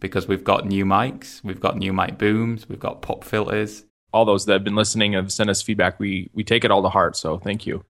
because we've got new mics, we've got new mic booms, we've got pop filters. All those that have been listening and have sent us feedback, we we take it all to heart. So thank you.